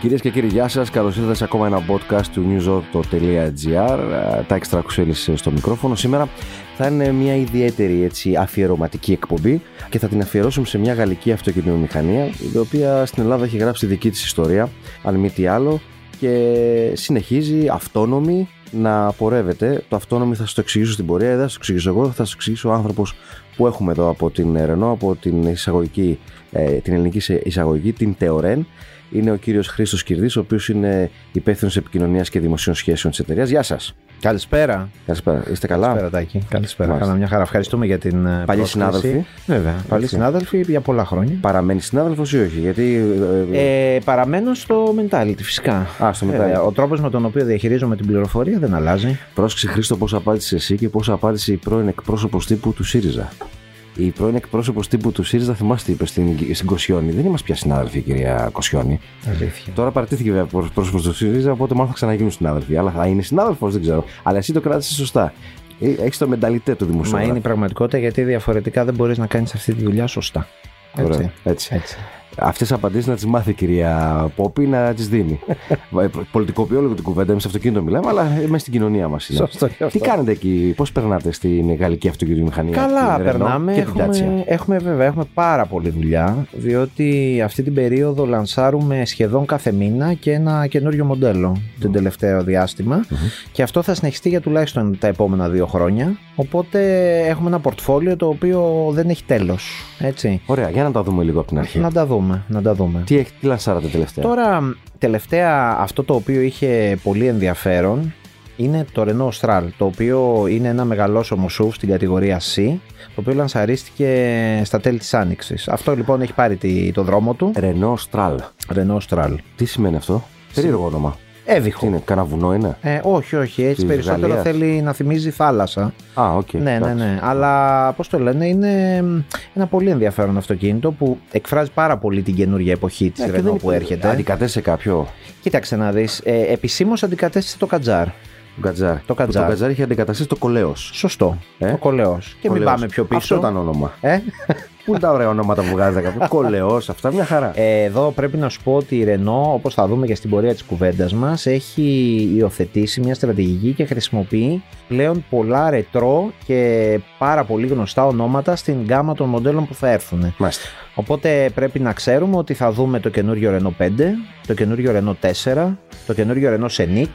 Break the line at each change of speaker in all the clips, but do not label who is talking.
Κυρίες και κύριοι, γεια σας. Καλώς ήρθατε σε ακόμα ένα podcast του newsorto.gr. Τα εξτρακουσέλη στο μικρόφωνο. Σήμερα θα είναι μια ιδιαίτερη έτσι, αφιερωματική εκπομπή και θα την αφιερώσουμε σε μια γαλλική αυτοκινητομηχανία, η οποία στην Ελλάδα έχει γράψει δική της ιστορία, αν μη τι άλλο, και συνεχίζει αυτόνομη να πορεύεται. Το αυτόνομη θα σας το εξηγήσω στην πορεία, δεν θα σας το εξηγήσω εγώ, θα σας το εξηγήσω ο άνθρωπος που έχουμε εδώ από την Renault, από την, εισαγωγική, ε, την ελληνική εισαγωγή, την Teoren. Είναι ο κύριος Χρήστος Κυρδής, ο οποίος είναι υπεύθυνος επικοινωνίας και δημοσίων σχέσεων της εταιρείας. Γεια σας.
Καλησπέρα.
Καλησπέρα. Είστε καλά.
Καλησπέρα, Τάκη. Καλησπέρα. Μάλιστα. Καλά, μια χαρά. Ευχαριστούμε για την Παλιοί πρόσκληση.
συνάδελφοι.
Βέβαια. Παλιοί συνάδελφοι για πολλά χρόνια.
Παραμένει συνάδελφος ή όχι, γιατί.
Ε, παραμένω στο mentality, φυσικά.
Α, στο mentality.
Ε, ο τρόπος με τον οποίο διαχειρίζομαι την πληροφορία δεν αλλάζει.
Πρόσεξε, Χρήστο, πώς απάντησες εσύ και πώς απάντησε η πρώην εκπρόσωπος τύπου του ΣΥΡΙΖΑ. Η πρώην εκπρόσωπος τύπου του ΣΥΡΙΖΑ, θυμάστε, είπε στην, στην Κοσιόνη. Δεν είμαστε πια συνάδελφοι, κυρία Κοσιόνη.
Αλήθεια.
Τώρα παρατήθηκε βέβαια πρόσωπο του ΣΥΡΙΖΑ, οπότε μάλλον θα ξαναγίνουν συνάδελφοι. Αλλά θα είναι συνάδελφος, δεν ξέρω. Αλλά εσύ το κράτησες σωστά. Έχεις το μενταλιτέ του δημοσιογράφου.
Μα είναι η πραγματικότητα γιατί διαφορετικά δεν μπορείς να κάνεις αυτή τη δουλειά σωστά.
Έτσι. Ωραία. Έτσι. Έτσι. Αυτές τις απαντήσεις να τις μάθει η κυρία Πόπη να τις δίνει. ε, Πολιτικοποιώ λίγο την κουβέντα. Εμείς στο αυτοκίνητο μιλάμε, αλλά είμαστε στην κοινωνία μας. Ναι. Τι κάνετε εκεί, πώς περνάτε στην γαλλική αυτοκινητομηχανία,
Καλά, περνάμε. Και έχουμε, την έχουμε, βέβαια, έχουμε πάρα πολλή δουλειά, διότι αυτή την περίοδο λανσάρουμε σχεδόν κάθε μήνα και ένα καινούριο μοντέλο mm. το τελευταίο διάστημα. Mm-hmm. Και αυτό θα συνεχιστεί για τουλάχιστον τα επόμενα δύο χρόνια. Οπότε έχουμε ένα πορτφόλιο το οποίο δεν έχει τέλος.
Ωραία, για να τα δούμε λίγο από την αρχή.
Να τα δούμε να τα δούμε.
Τι, έχει, τι λανσάρατε
Ναι.
τελευταία.
Τώρα, τελευταία αυτό το οποίο είχε πολύ ενδιαφέρον είναι το Renault Austral, το οποίο είναι ένα μεγαλόσωμο SUV στην κατηγορία C, το οποίο λανσαρίστηκε στα τέλη της Άνοιξης. Αυτό λοιπόν έχει πάρει τη, το δρόμο του.
Renault Austral.
Renault Austral.
Τι σημαίνει αυτό, περίεργο όνομα.
Έβυχο.
είναι, κανένα βουνό είναι.
Ε, όχι, όχι. Έτσι Της περισσότερο Γαλλίας. θέλει να θυμίζει θάλασσα.
Α, οκ. Okay,
ναι, ναι, ναι. Αλλά πώς το λένε, είναι ένα πολύ ενδιαφέρον αυτοκίνητο που εκφράζει πάρα πολύ την καινούργια εποχή της ναι, που έρχεται.
Αντικατέστησε κάποιο.
Κοίταξε να δεις. Ε, Επισήμως αντικατέστησε το Κατζάρ.
Το Κατζάρ.
Το Κατζάρ,
το κατζάρ είχε αντικαταστήσει το Κολέος.
Σωστό. Ε? Το Κολέος. Και μην πάμε πιο πίσω.
Αυτό ήταν όνομα.
Ε?
Πού είναι τα ωραία ονόματα που βγάζει κάποιο. Κολεό, αυτά μια χαρά.
Ε, εδώ πρέπει να σου πω ότι η Ρενό, όπως θα δούμε και στην πορεία της κουβέντας μας, έχει υιοθετήσει μια στρατηγική και χρησιμοποιεί πλέον πολλά ρετρό και πάρα πολύ γνωστά ονόματα στην γκάμα των μοντέλων που θα έρθουν.
Μάλιστα.
Οπότε πρέπει να ξέρουμε ότι θα δούμε το καινούριο Renault 5, το καινούριο Renault 4, το καινούριο Renault Scenic,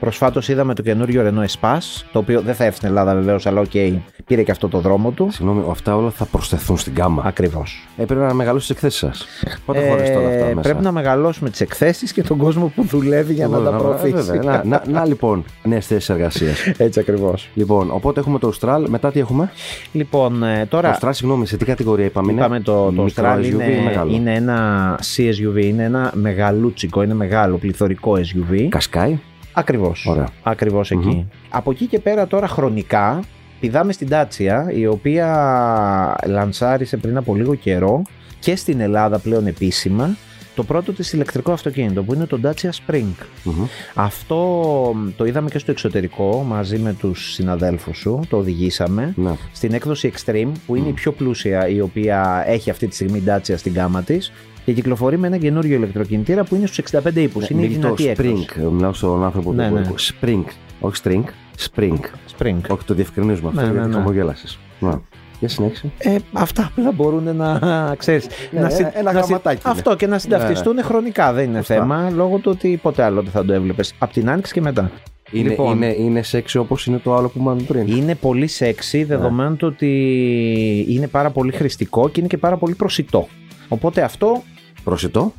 Προσφάτως είδαμε το καινούριο Renault Espace, το οποίο δεν θα έρθει στην Ελλάδα βεβαίως, αλλά οκ, okay, πήρε και αυτό το δρόμο του.
Συγγνώμη, αυτά όλα θα προσθεθούν στην κάμα.
Ακριβώς.
Ε, πρέπει να μεγαλώσεις τις εκθέσεις σας. Πότε ε, χωρίς όλα αυτά μέσα.
Πρέπει να μεγαλώσουμε τις εκθέσεις και τον κόσμο που δουλεύει για να, να τα προωθήσει.
Ε, να, να, να λοιπόν, νέες θέσεις εργασίας.
Έτσι ακριβώς.
Λοιπόν, οπότε έχουμε το Austral, μετά τι έχουμε.
Λοιπόν, τώρα.
Το Austral, συγγνώμη, σε τι κατηγορία είπαμε.
Είπαμε το, το Austral είναι, είναι ένα CSUV, είναι ένα μεγαλούτσικο, είναι μεγάλο πληθωρικό SUV.
Κασκάει.
Ακριβώ. Ακριβώς εκεί. Mm-hmm. Από εκεί και πέρα τώρα χρονικά πηδάμε στην Τάτσια η οποία λανσάρισε πριν από λίγο καιρό και στην Ελλάδα πλέον επίσημα το πρώτο της ηλεκτρικό αυτοκίνητο που είναι το Dacia Spring. Mm-hmm. Αυτό το είδαμε και στο εξωτερικό μαζί με τους συναδέλφους σου, το οδηγήσαμε
mm-hmm.
στην έκδοση Extreme που είναι η πιο πλούσια η οποία έχει αυτή τη στιγμή Dacia στην κάμα της και κυκλοφορεί με ένα καινούριο ηλεκτροκινητήρα που είναι στους 65 ύπου. Ναι, είναι η δυνατή έκδοση.
Spring. Μιλάω στον άνθρωπο
ναι,
που ναι. Spring. Όχι String. Spring.
Spring.
Όχι, το διευκρινίζουμε αυτό. Ναι, γιατί ναι, χαμογέλασες. Να. Για συνέχισε.
Ε, αυτά απλά μπορούν να ξέρεις,
ναι, να, συ, ένα να συ,
Αυτό και να συνταυτιστούν χρονικά δεν είναι Αυτά. θέμα λόγω του ότι ποτέ άλλο δεν θα το έβλεπες. Από την άνοιξη και μετά.
Είναι, λοιπόν, είναι, είναι σεξι όπως είναι το άλλο που είπαμε πριν.
Είναι πολύ σεξι δεδομένου yeah. ότι είναι πάρα πολύ χρηστικό και είναι και πάρα πολύ προσιτό. Οπότε αυτό.
Προσιτό.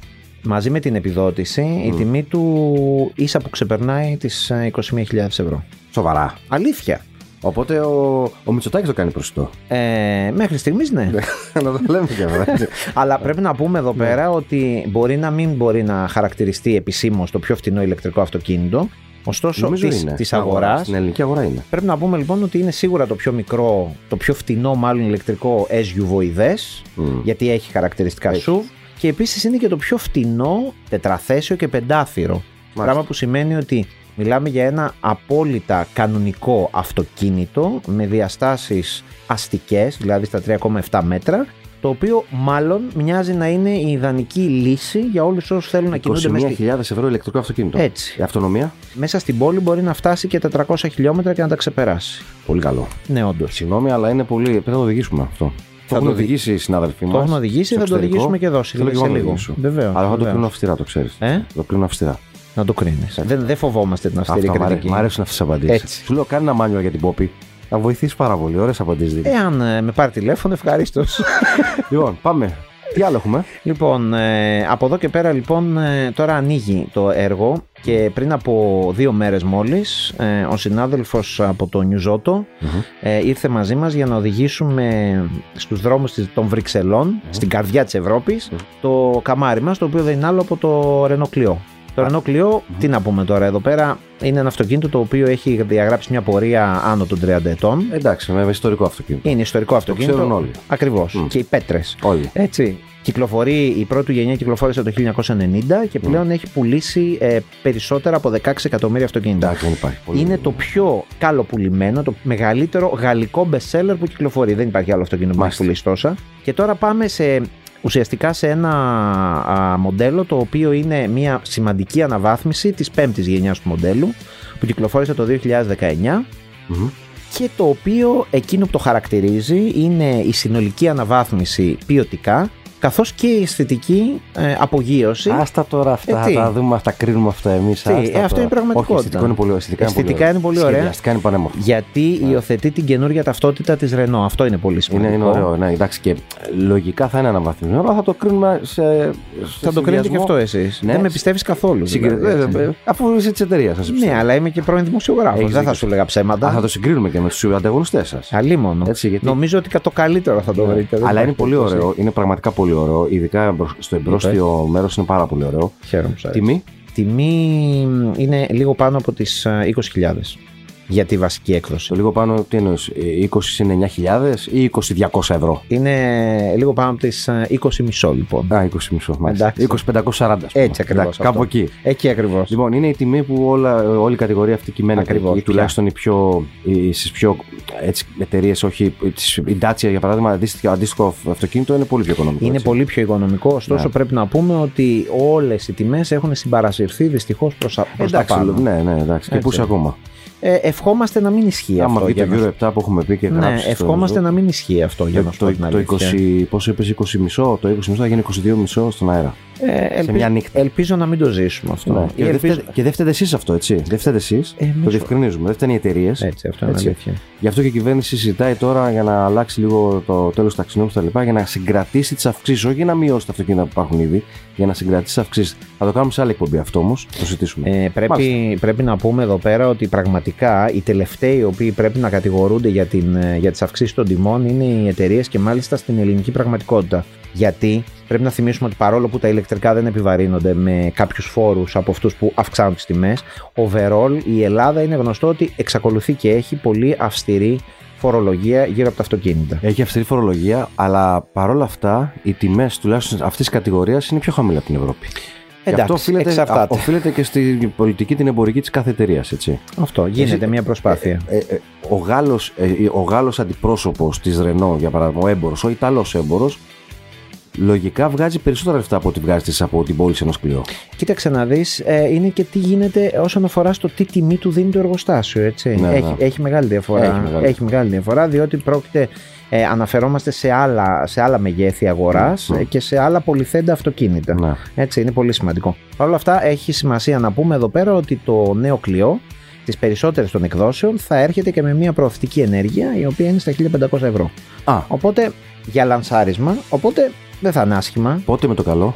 Μαζί με την επιδότηση, mm. η τιμή του ίσα που ξεπερνάει ε, τι 21.000 ευρώ.
Σοβαρά.
Αλήθεια.
Οπότε ο, ο Μητσοτάκης το κάνει προσιτό.
Ε, μέχρι στιγμής ναι.
να το λέμε και αυτό.
Αλλά πρέπει να πούμε εδώ πέρα ότι μπορεί να μην μπορεί να χαρακτηριστεί επισήμως το πιο φτηνό ηλεκτρικό αυτοκίνητο. Ωστόσο, τη αγορά.
Στην ελληνική αγορά είναι.
Πρέπει να πούμε λοιπόν ότι είναι σίγουρα το πιο μικρό, το πιο φτηνό μάλλον ηλεκτρικό SUV mm. γιατί έχει χαρακτηριστικά έχει. SUV. Και επίσης είναι και το πιο φτηνό τετραθέσιο και πεντάθυρο. Μάλιστα. Πράγμα που σημαίνει ότι μιλάμε για ένα απόλυτα κανονικό αυτοκίνητο με διαστάσεις αστικές, δηλαδή στα 3,7 μέτρα, το οποίο μάλλον μοιάζει να είναι η ιδανική λύση για όλους όσους θέλουν να κινούνται μέσα.
21.000 ευρώ ηλεκτρικό αυτοκίνητο.
Έτσι.
Η αυτονομία.
Μέσα στην πόλη μπορεί να φτάσει και τα 400 χιλιόμετρα και να τα ξεπεράσει.
Πολύ καλό.
Ναι, όντως.
Συγγνώμη, αλλά είναι πολύ. Πρέπει να το οδηγήσουμε αυτό.
Θα
το έχουν
το δι-
οδηγήσει οι συνάδελφοί μα.
Το έχουν οδηγήσει, θα το οδηγήσουμε και εδώ.
Θέλω και
σε
εγώ να
λίγο.
οδηγήσω.
Βεβαίως.
Αλλά θα το κρίνω αυστηρά, το ξέρεις.
Ε?
Το κρίνω αυστηρά.
Να το κρίνεις. Δεν, δεν φοβόμαστε την αυστηρή
Αυτά, μ' αρέ-
κριτική.
Μ' αρέσουν αυτές τις απαντήσεις.
Έτσι.
Σου λέω, κάνει ένα μάνιο για την Πόπη. Θα βοηθήσει πάρα πολύ. Ωραίες απαντήσεις δίνει.
Εάν ε, με πάρει τηλέφωνο, ευχαρίστως. Ε.
Λοιπόν, πάμε. Τι άλλο έχουμε.
λοιπόν, ε, από εδώ και πέρα, λοιπόν, ε, τώρα ανοίγει το έργο και πριν από δύο μέρες μόλις, ο συνάδελφος από το Νιουζότο
Μμμ.
ε, ήρθε μαζί μας για να οδηγήσουμε στους δρόμους των βρυξελλων στην καρδιά της Ευρώπης,
Μμμ.
το καμάρι μας, το οποίο δεν είναι άλλο από το Ρενοκλειό. Το Renault Clio, τι να πούμε τώρα εδώ πέρα, είναι ένα αυτοκίνητο το οποίο έχει διαγράψει μια πορεία άνω των 30 ετών.
Εντάξει, με ιστορικό αυτοκίνητο.
Είναι ιστορικό αυτοκίνητο.
Ε,
Ε.
ξέρουν όλοι.
Ακριβώς.
Μμ.
Και οι πέτρες.
Όλοι.
Έτσι. Κυκλοφορεί, η πρώτη του γενιά κυκλοφόρησε το 1990 και πλέον έχει πουλήσει ε, περισσότερα από 16 εκατομμύρια αυτοκίνητα.
Εντάξει, δεν υπάρχει. Πολύ.
Είναι το πιο καλοπουλημένο, το μεγαλύτερο γαλλικό bestseller που κυκλοφορεί. Δεν υπάρχει άλλο αυτοκίνητο που έχει
Μάλιστα.
πουλήσει τόσα. Και τώρα πάμε σε, ουσιαστικά σε ένα α, μοντέλο το οποίο είναι μια σημαντική αναβάθμιση της πέμπτης γενιάς του μοντέλου που κυκλοφόρησε το 2019
Μμμ.
και το οποίο εκείνο που το χαρακτηρίζει είναι η συνολική αναβάθμιση ποιοτικά καθώς και η αισθητική ε, απογείωση.
Άστα τώρα αυτά,
Ε, τι.
τα δούμε, τα κρίνουμε αυτά εμείς.
ε, αυτό είναι πραγματικότητα.
Όχι, αισθητικό είναι πολύ ωραίο. Αισθητικά,
Αισθητικά είναι πολύ ωραία.
Σχεδιαστικά είναι πανέμορφα.
Γιατί υιοθετεί την καινούργια ταυτότητα της Renault. Αυτό είναι πολύ σημαντικό.
Είναι, είναι ωραίο, ναι, εντάξει και λογικά θα είναι αναβαθμισμένο, αλλά θα το κρίνουμε σε. σε
Θα το κρίνετε και
συνδυασμό.
αυτό εσείς.
Ναι.
Δεν με πιστεύεις καθόλου.
Συγκρι...
δηλαδή, έτσι.
Ε, ε, Αφού είσαι της εταιρείας σα.
ναι, αλλά είμαι και πρώην δημοσιογράφος.
Έχεις
Δεν θα
δίκιο.
σου λέγα ψέματα.
Α, θα το συγκρίνουμε και με τους ανταγωνιστές σας.
Αλίμονο.
Έτσι, γιατί- Ναι.
Νομίζω ότι κα- το καλύτερο θα το βρείτε. δεν
Αλλά είναι
υπάρχει
πολύ
περίπτωση.
ωραίο. Είναι πραγματικά πολύ ωραίο. Ειδικά μπρο- στο εμπρόστιο μέρος είναι πάρα πολύ ωραίο.
Χαίρομαι που σ' αρέσει.
Τιμή.
Τιμή είναι λίγο πάνω από τις 20.000 για τη βασική έκδοση.
Το λίγο πάνω, τι εννοείς, ε, 20 συν 9.000 ή 20-200 ευρώ.
Είναι λίγο πάνω από τις 20,5 λοιπόν.
Α, 20 μισό, μάλιστα.
Εντάξει.
2540.
Έτσι ακριβώς
Κάπου
αυτό.
εκεί.
Εκεί ακριβώς.
Λοιπόν, είναι η τιμή που όλα, όλη η κατηγορία αυτή κυμαίνεται.
Ακριβώς.
Ή τουλάχιστον οι πιο, οι, στις πιο έτσι, εταιρείες, όχι τις- η Dacia για παράδειγμα, αντίστοιχο, αντίστοιχο αυτοκίνητο είναι πολύ πιο οικονομικό.
Είναι
έτσι.
πολύ πιο οικονομικό, ωστόσο
Ναι.
πρέπει να πούμε ότι όλες οι τιμές έχουν συμπαρασυρθεί δυστυχώς προς τα
Εντάξει,
πάνω.
ναι, ναι, εντάξει. Και
Έτσι.
πού ακόμα.
Ε, ευχόμαστε να μην ισχύει
Άμα
αυτό.
βγει
για
το
να
Euro 7 που έχουμε πει και
Ναι,
γράψει. Ε,
ευχόμαστε να μην ισχύει αυτό για να σου πω
το,
την
το,
αλήθεια.
20, πόσο είπες, 20 μισό, το 20 μισό θα γίνει 22 μισό στον αέρα.
Ε, ελπίζω,
μια νύχτα.
Ελπίζω να μην το ζήσουμε αυτό.
Ναι.
Ή
Και, δεν
ελπίζω-
φταίτε, και δεν φταίτε εσείς αυτό, έτσι. Δεν φταίτε εσείς.
Ε, εμείς-
το διευκρινίζουμε. Δεν φταίνε οι εταιρείες.
Έτσι, αυτό είναι
Έτσι.
αλήθεια.
Γι' αυτό και η κυβέρνηση συζητάει τώρα για να αλλάξει λίγο το τέλος ταξινόμου κτλ. Για να συγκρατήσει τις αυξήσεις, όχι για να μειώσει τα αυτοκίνητα που υπάρχουν ήδη. Για να συγκρατήσει τις αυξήσεις. Θα το κάνουμε σε άλλη εκπομπή αυτό όμως. Θα το συζητήσουμε.
Ε, πρέπει, πρέπει να πούμε εδώ πέρα ότι πραγματικά οι τελευταίοι οι οποίοι πρέπει να κατηγορούνται για, την, ε, για τις αυξήσεις των τιμών είναι οι εταιρείες και μάλιστα στην ελληνική πραγματικότητα. Γιατί πρέπει να θυμίσουμε ότι παρόλο που τα ηλεκτρικά δεν επιβαρύνονται με κάποιους φόρους από αυτούς που αυξάνουν τις τιμές, overall η Ελλάδα είναι γνωστό ότι εξακολουθεί και έχει πολύ αυστηρή φορολογία γύρω από τα αυτοκίνητα.
Έχει αυστηρή φορολογία, αλλά παρόλα αυτά οι τιμές τουλάχιστον αυτής της κατηγορίας είναι πιο χαμηλά από την Ευρώπη. Και
Εντάξει,
αυτό οφείλεται,
εξαρτάται.
α- οφείλεται και στην πολιτική την εμπορική της κάθε εταιρεία, έτσι.
Αυτό γίνεται μια προσπάθεια.
Ε, ε, ο Γάλλος, ε, ο Γάλλος αντιπρόσωπος της Ρενό, για παράδειγμα, ο έμπορος, ο Ιταλός έμπορος, λογικά βγάζει περισσότερα λεφτά από ό,τι βγάζει της- από την πώληση ενός κλειό.
Κοίταξε να δεις, ε, είναι και τι γίνεται όσον αφορά στο τι τιμή του δίνει το εργοστάσιο. Έτσι.
Ναι,
έχει,
ναι.
έχει μεγάλη διαφορά.
Έχει μεγάλη.
μεγάλη διαφορά, διότι πρόκειται, ε, αναφερόμαστε σε άλλα, σε άλλα μεγέθη αγοράς
Μμμ.
και σε άλλα πολυθέντα αυτοκίνητα.
Ναι.
Έτσι, είναι πολύ σημαντικό. Παρ' όλα αυτά, έχει σημασία να πούμε εδώ πέρα ότι το νέο κλειό τις περισσότερες των εκδόσεων θα έρχεται και με μια προωθητική ενέργεια η οποία είναι στα 1500 ευρώ.
Α,
Οπότε για λανσάρισμα, οπότε δεν θα είναι άσχημα,
πότε με το καλό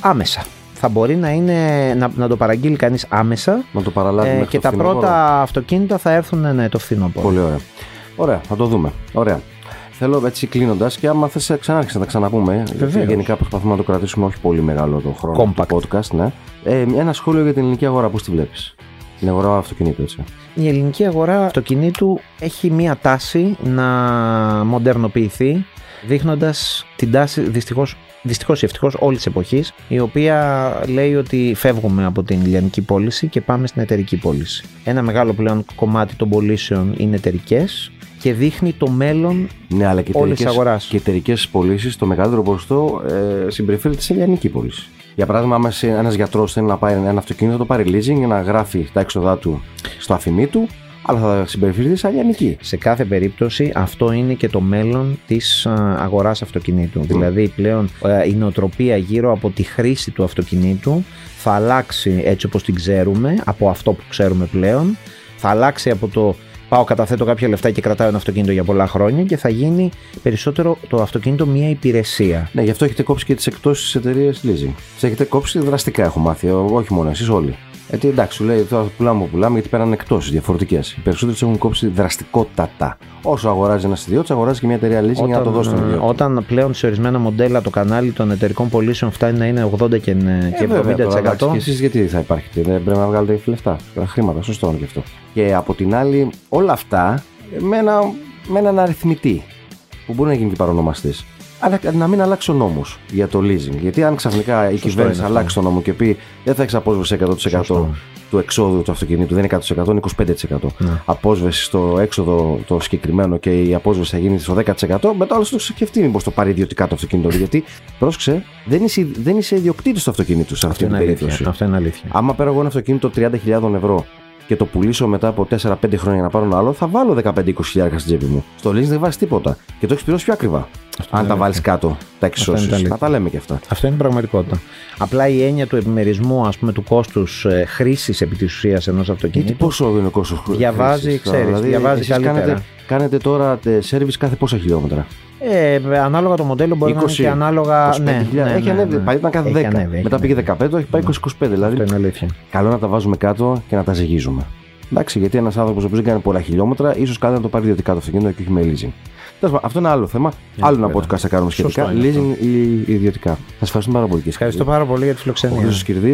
άμεσα. Θα μπορεί να, είναι, να, να το παραγγείλει κανείς άμεσα
να το παραλάβει
ε,
μέχρι
και
το
τα
φθινόπωρο.
πρώτα αυτοκίνητα θα έρθουν ναι, το φθινόπωρο.
Πολύ ωραία. Ωραία, θα το δούμε. Ωραία. Θέλω έτσι κλείνοντας και άμα θες ξανάρχισε να τα ξαναπούμε. Ε,
Βεβαίως.
γενικά προσπαθούμε να το κρατήσουμε όχι πολύ μεγάλο το χρόνο.
Compact.
του podcast, ναι. Ε, ένα σχόλιο για την ελληνική αγορά, πώς τη βλέπεις. Την αγορά αυτοκινήτου, έτσι.
Η ελληνική αγορά αυτοκινήτου έχει μία τάση να μοντερνοποιηθεί δείχνοντας την τάση δυστυχώς Δυστυχώς ή ευτυχώς όλης της εποχής η οποία λέει ότι φεύγουμε από την ηλιανική πώληση και πάμε στην εταιρική πώληση. Ένα μεγάλο πλέον κομμάτι των πωλήσεων είναι εταιρικές και δείχνει το μέλλον
Ναι, αλλά και
όλης της
εταιρικές-
αγοράς.
και εταιρικές πωλήσεις το μεγαλύτερο ποσοστό ε, συμπεριφέρεται σε λιανική πώληση. Για παράδειγμα, άμα ένας γιατρός θέλει να πάρει ένα αυτοκίνητο, θα το πάρει leasing για να γράφει τα έξοδά του στο αφημί του, αλλά θα συμπεριφέρεται σαν λιανική.
Σε κάθε περίπτωση αυτό είναι και το μέλλον της α, αγοράς
Mm.
αυτοκινήτου. Δηλαδή πλέον ε, η νοοτροπία γύρω από τη χρήση του αυτοκινήτου θα αλλάξει έτσι όπως την ξέρουμε, από αυτό που ξέρουμε πλέον, θα αλλάξει από το πάω καταθέτω κάποια λεφτά και κρατάω ένα αυτοκίνητο για πολλά χρόνια και θα γίνει περισσότερο το αυτοκίνητο μια υπηρεσία.
Ναι, γι' αυτό έχετε κόψει και τις εκτόσεις της εταιρείας leasing. Τι έχετε κόψει δραστικά, έχω μάθει, ό- όχι μόνο εσείς όλοι. Γιατί εντάξει, σου λέει τώρα πουλάμε που πουλάμε, γιατί πέραν εκτόσει διαφορετικές. Οι περισσότερες έχουν κόψει δραστικότατα. Όσο αγοράζει ένα ιδιώτη, αγοράζει και μια εταιρεία leasing για να το δώσει στον ιδιώτη.
ε, όταν πλέον σε ορισμένα μοντέλα το κανάλι των εταιρικών πωλήσεων φτάνει να είναι 80 και,
Ε,
και
βέβαια, τώρα,
70%.
εντάξει, Και εσείς γιατί θα υπάρχετε, δεν πρέπει να βγάλετε λεφτά. τα Χρήματα, σωστό είναι και αυτό. Και από την άλλη, όλα αυτά με, ένα, με έναν αριθμητή που μπορεί να γίνει και παρονομαστής. Αλλά να μην αλλάξει ο νόμο για το leasing. Γιατί αν ξαφνικά η κυβέρνηση
είναι αυτό.
αλλάξει τον νόμο και πει δεν θα έχεις απόσβεση 100%
Σωστό.
του εξόδου του αυτοκινήτου, δεν είναι 100%, είναι 25%.
Ναι.
Απόσβεση στο έξοδο το συγκεκριμένο και η απόσβεση θα γίνει στο 10%, μετά όλο το σκεφτεί μήπως το πάρει ιδιωτικά το αυτοκίνητο. Γιατί πρόσεξε, δεν είσαι, δεν είσαι ιδιοκτήτης του αυτοκίνητου σε αυτή
Αυτό
την
είναι
περίπτωση.
αλήθεια. Αυτό είναι αλήθεια.
Άμα παίρνω εγώ ένα αυτοκίνητο 30.000 ευρώ και το πουλήσω μετά από 4-5 χρόνια για να πάρω ένα άλλο, θα βάλω 15-20 χιλιάρικα στην τσέπη μου. Στο leasing δεν βάζεις τίποτα. Και το έχεις πληρώσει πιο ακριβά. Αν
είναι
τα
αλήθεια.
βάλει κάτω, τα
είναι τα
εξώσει.
αλήθεια. Ε,
Να τα λέμε και αυτά.
Αυτό είναι η πραγματικότητα. Απλά η έννοια του επιμερισμού ας πούμε, του κόστους χρήσης επί της ουσίας ενός
Γιατί
αυτοκινήτου.
πόσο είναι ο κόσμο
Διαβάζει, λοιπόν, ξέρεις, διαβάζει καλύτερα.
δηλαδή κάνετε, κάνετε τώρα ε, σερβις κάθε πόσα χιλιόμετρα.
Ε, ε, ανάλογα το μοντέλο μπορεί να είναι
20,
και ανάλογα. ναι,
25.000. έχει ανέβει. Παλιά ήταν κάθε
Έχει
10.
ανέβει, έχει
Μετά πήγε
ανέβει.
15, έχει πάει 20-25.
Αυτό
Δηλαδή,
είναι αλήθεια.
καλό να τα βάζουμε κάτω και να τα ζυγίζουμε. Εντάξει, γιατί ένας άνθρωπος που δεν κάνει πολλά χιλιόμετρα, ίσως κάτι να το πάρει ιδιωτικά το αυτοκίνητο και όχι με leasing. Τέλος πάντων, αυτό είναι άλλο θέμα. άλλο ένα
Ε, βέβαια.
podcast θα κάνουμε
Σωστό
σχετικά.
είναι αυτό.
Leasing ή ιδιωτικά. Σας ευχαριστούμε πάρα πολύ. κύριε
Ευχαριστώ
Σκυρδή.
πάρα πολύ για τη
Ο
φιλοξενία.
Χρήστο Κυρδή,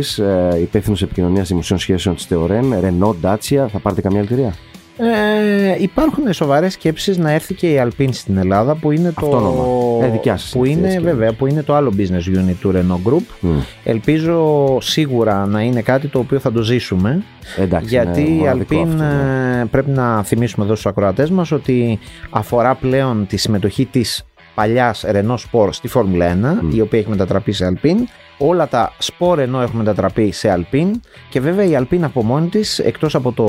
υπεύθυνος επικοινωνίας ε, δημοσίων σχέσεων της Τεωρέν, Renault Dacia. Θα πάρετε καμιά άλλη εταιρεία.
Ε, υπάρχουν σοβαρές σκέψεις να έρθει και η Alpine στην Ελλάδα που είναι το.
Αυτόνομα. Ε, δικιά σας
που
είναι αυτή η
είναι,
σκέψη.
βέβαια, που είναι το άλλο business unit του Renault Group.
Μμ.
Ελπίζω σίγουρα να είναι κάτι το οποίο θα το ζήσουμε.
Εντάξει,
Γιατί
είναι
η
μοναδικό
Alpine
αυτό, ναι.
ε, πρέπει να θυμίσουμε εδώ στους ακροατές μας ότι αφορά πλέον τη συμμετοχή της παλιάς Renault Sport στη Φόρμουλα 1
Μμ.
η οποία έχει μετατραπεί σε Alpine όλα τα Sport Renault έχουν μετατραπεί σε Alpine και βέβαια η Alpine από μόνη της εκτός από το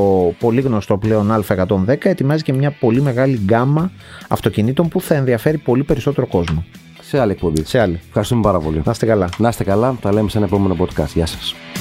πολύ γνωστό πλέον Α110 ετοιμάζει και μια πολύ μεγάλη γκάμα αυτοκινήτων που θα ενδιαφέρει πολύ περισσότερο κόσμο
Σε άλλη εκπομπή.
σε άλλη
Ευχαριστούμε πάρα πολύ.
να είστε καλά
Να είστε καλά. Τα λέμε σε ένα επόμενο podcast. Γεια σας.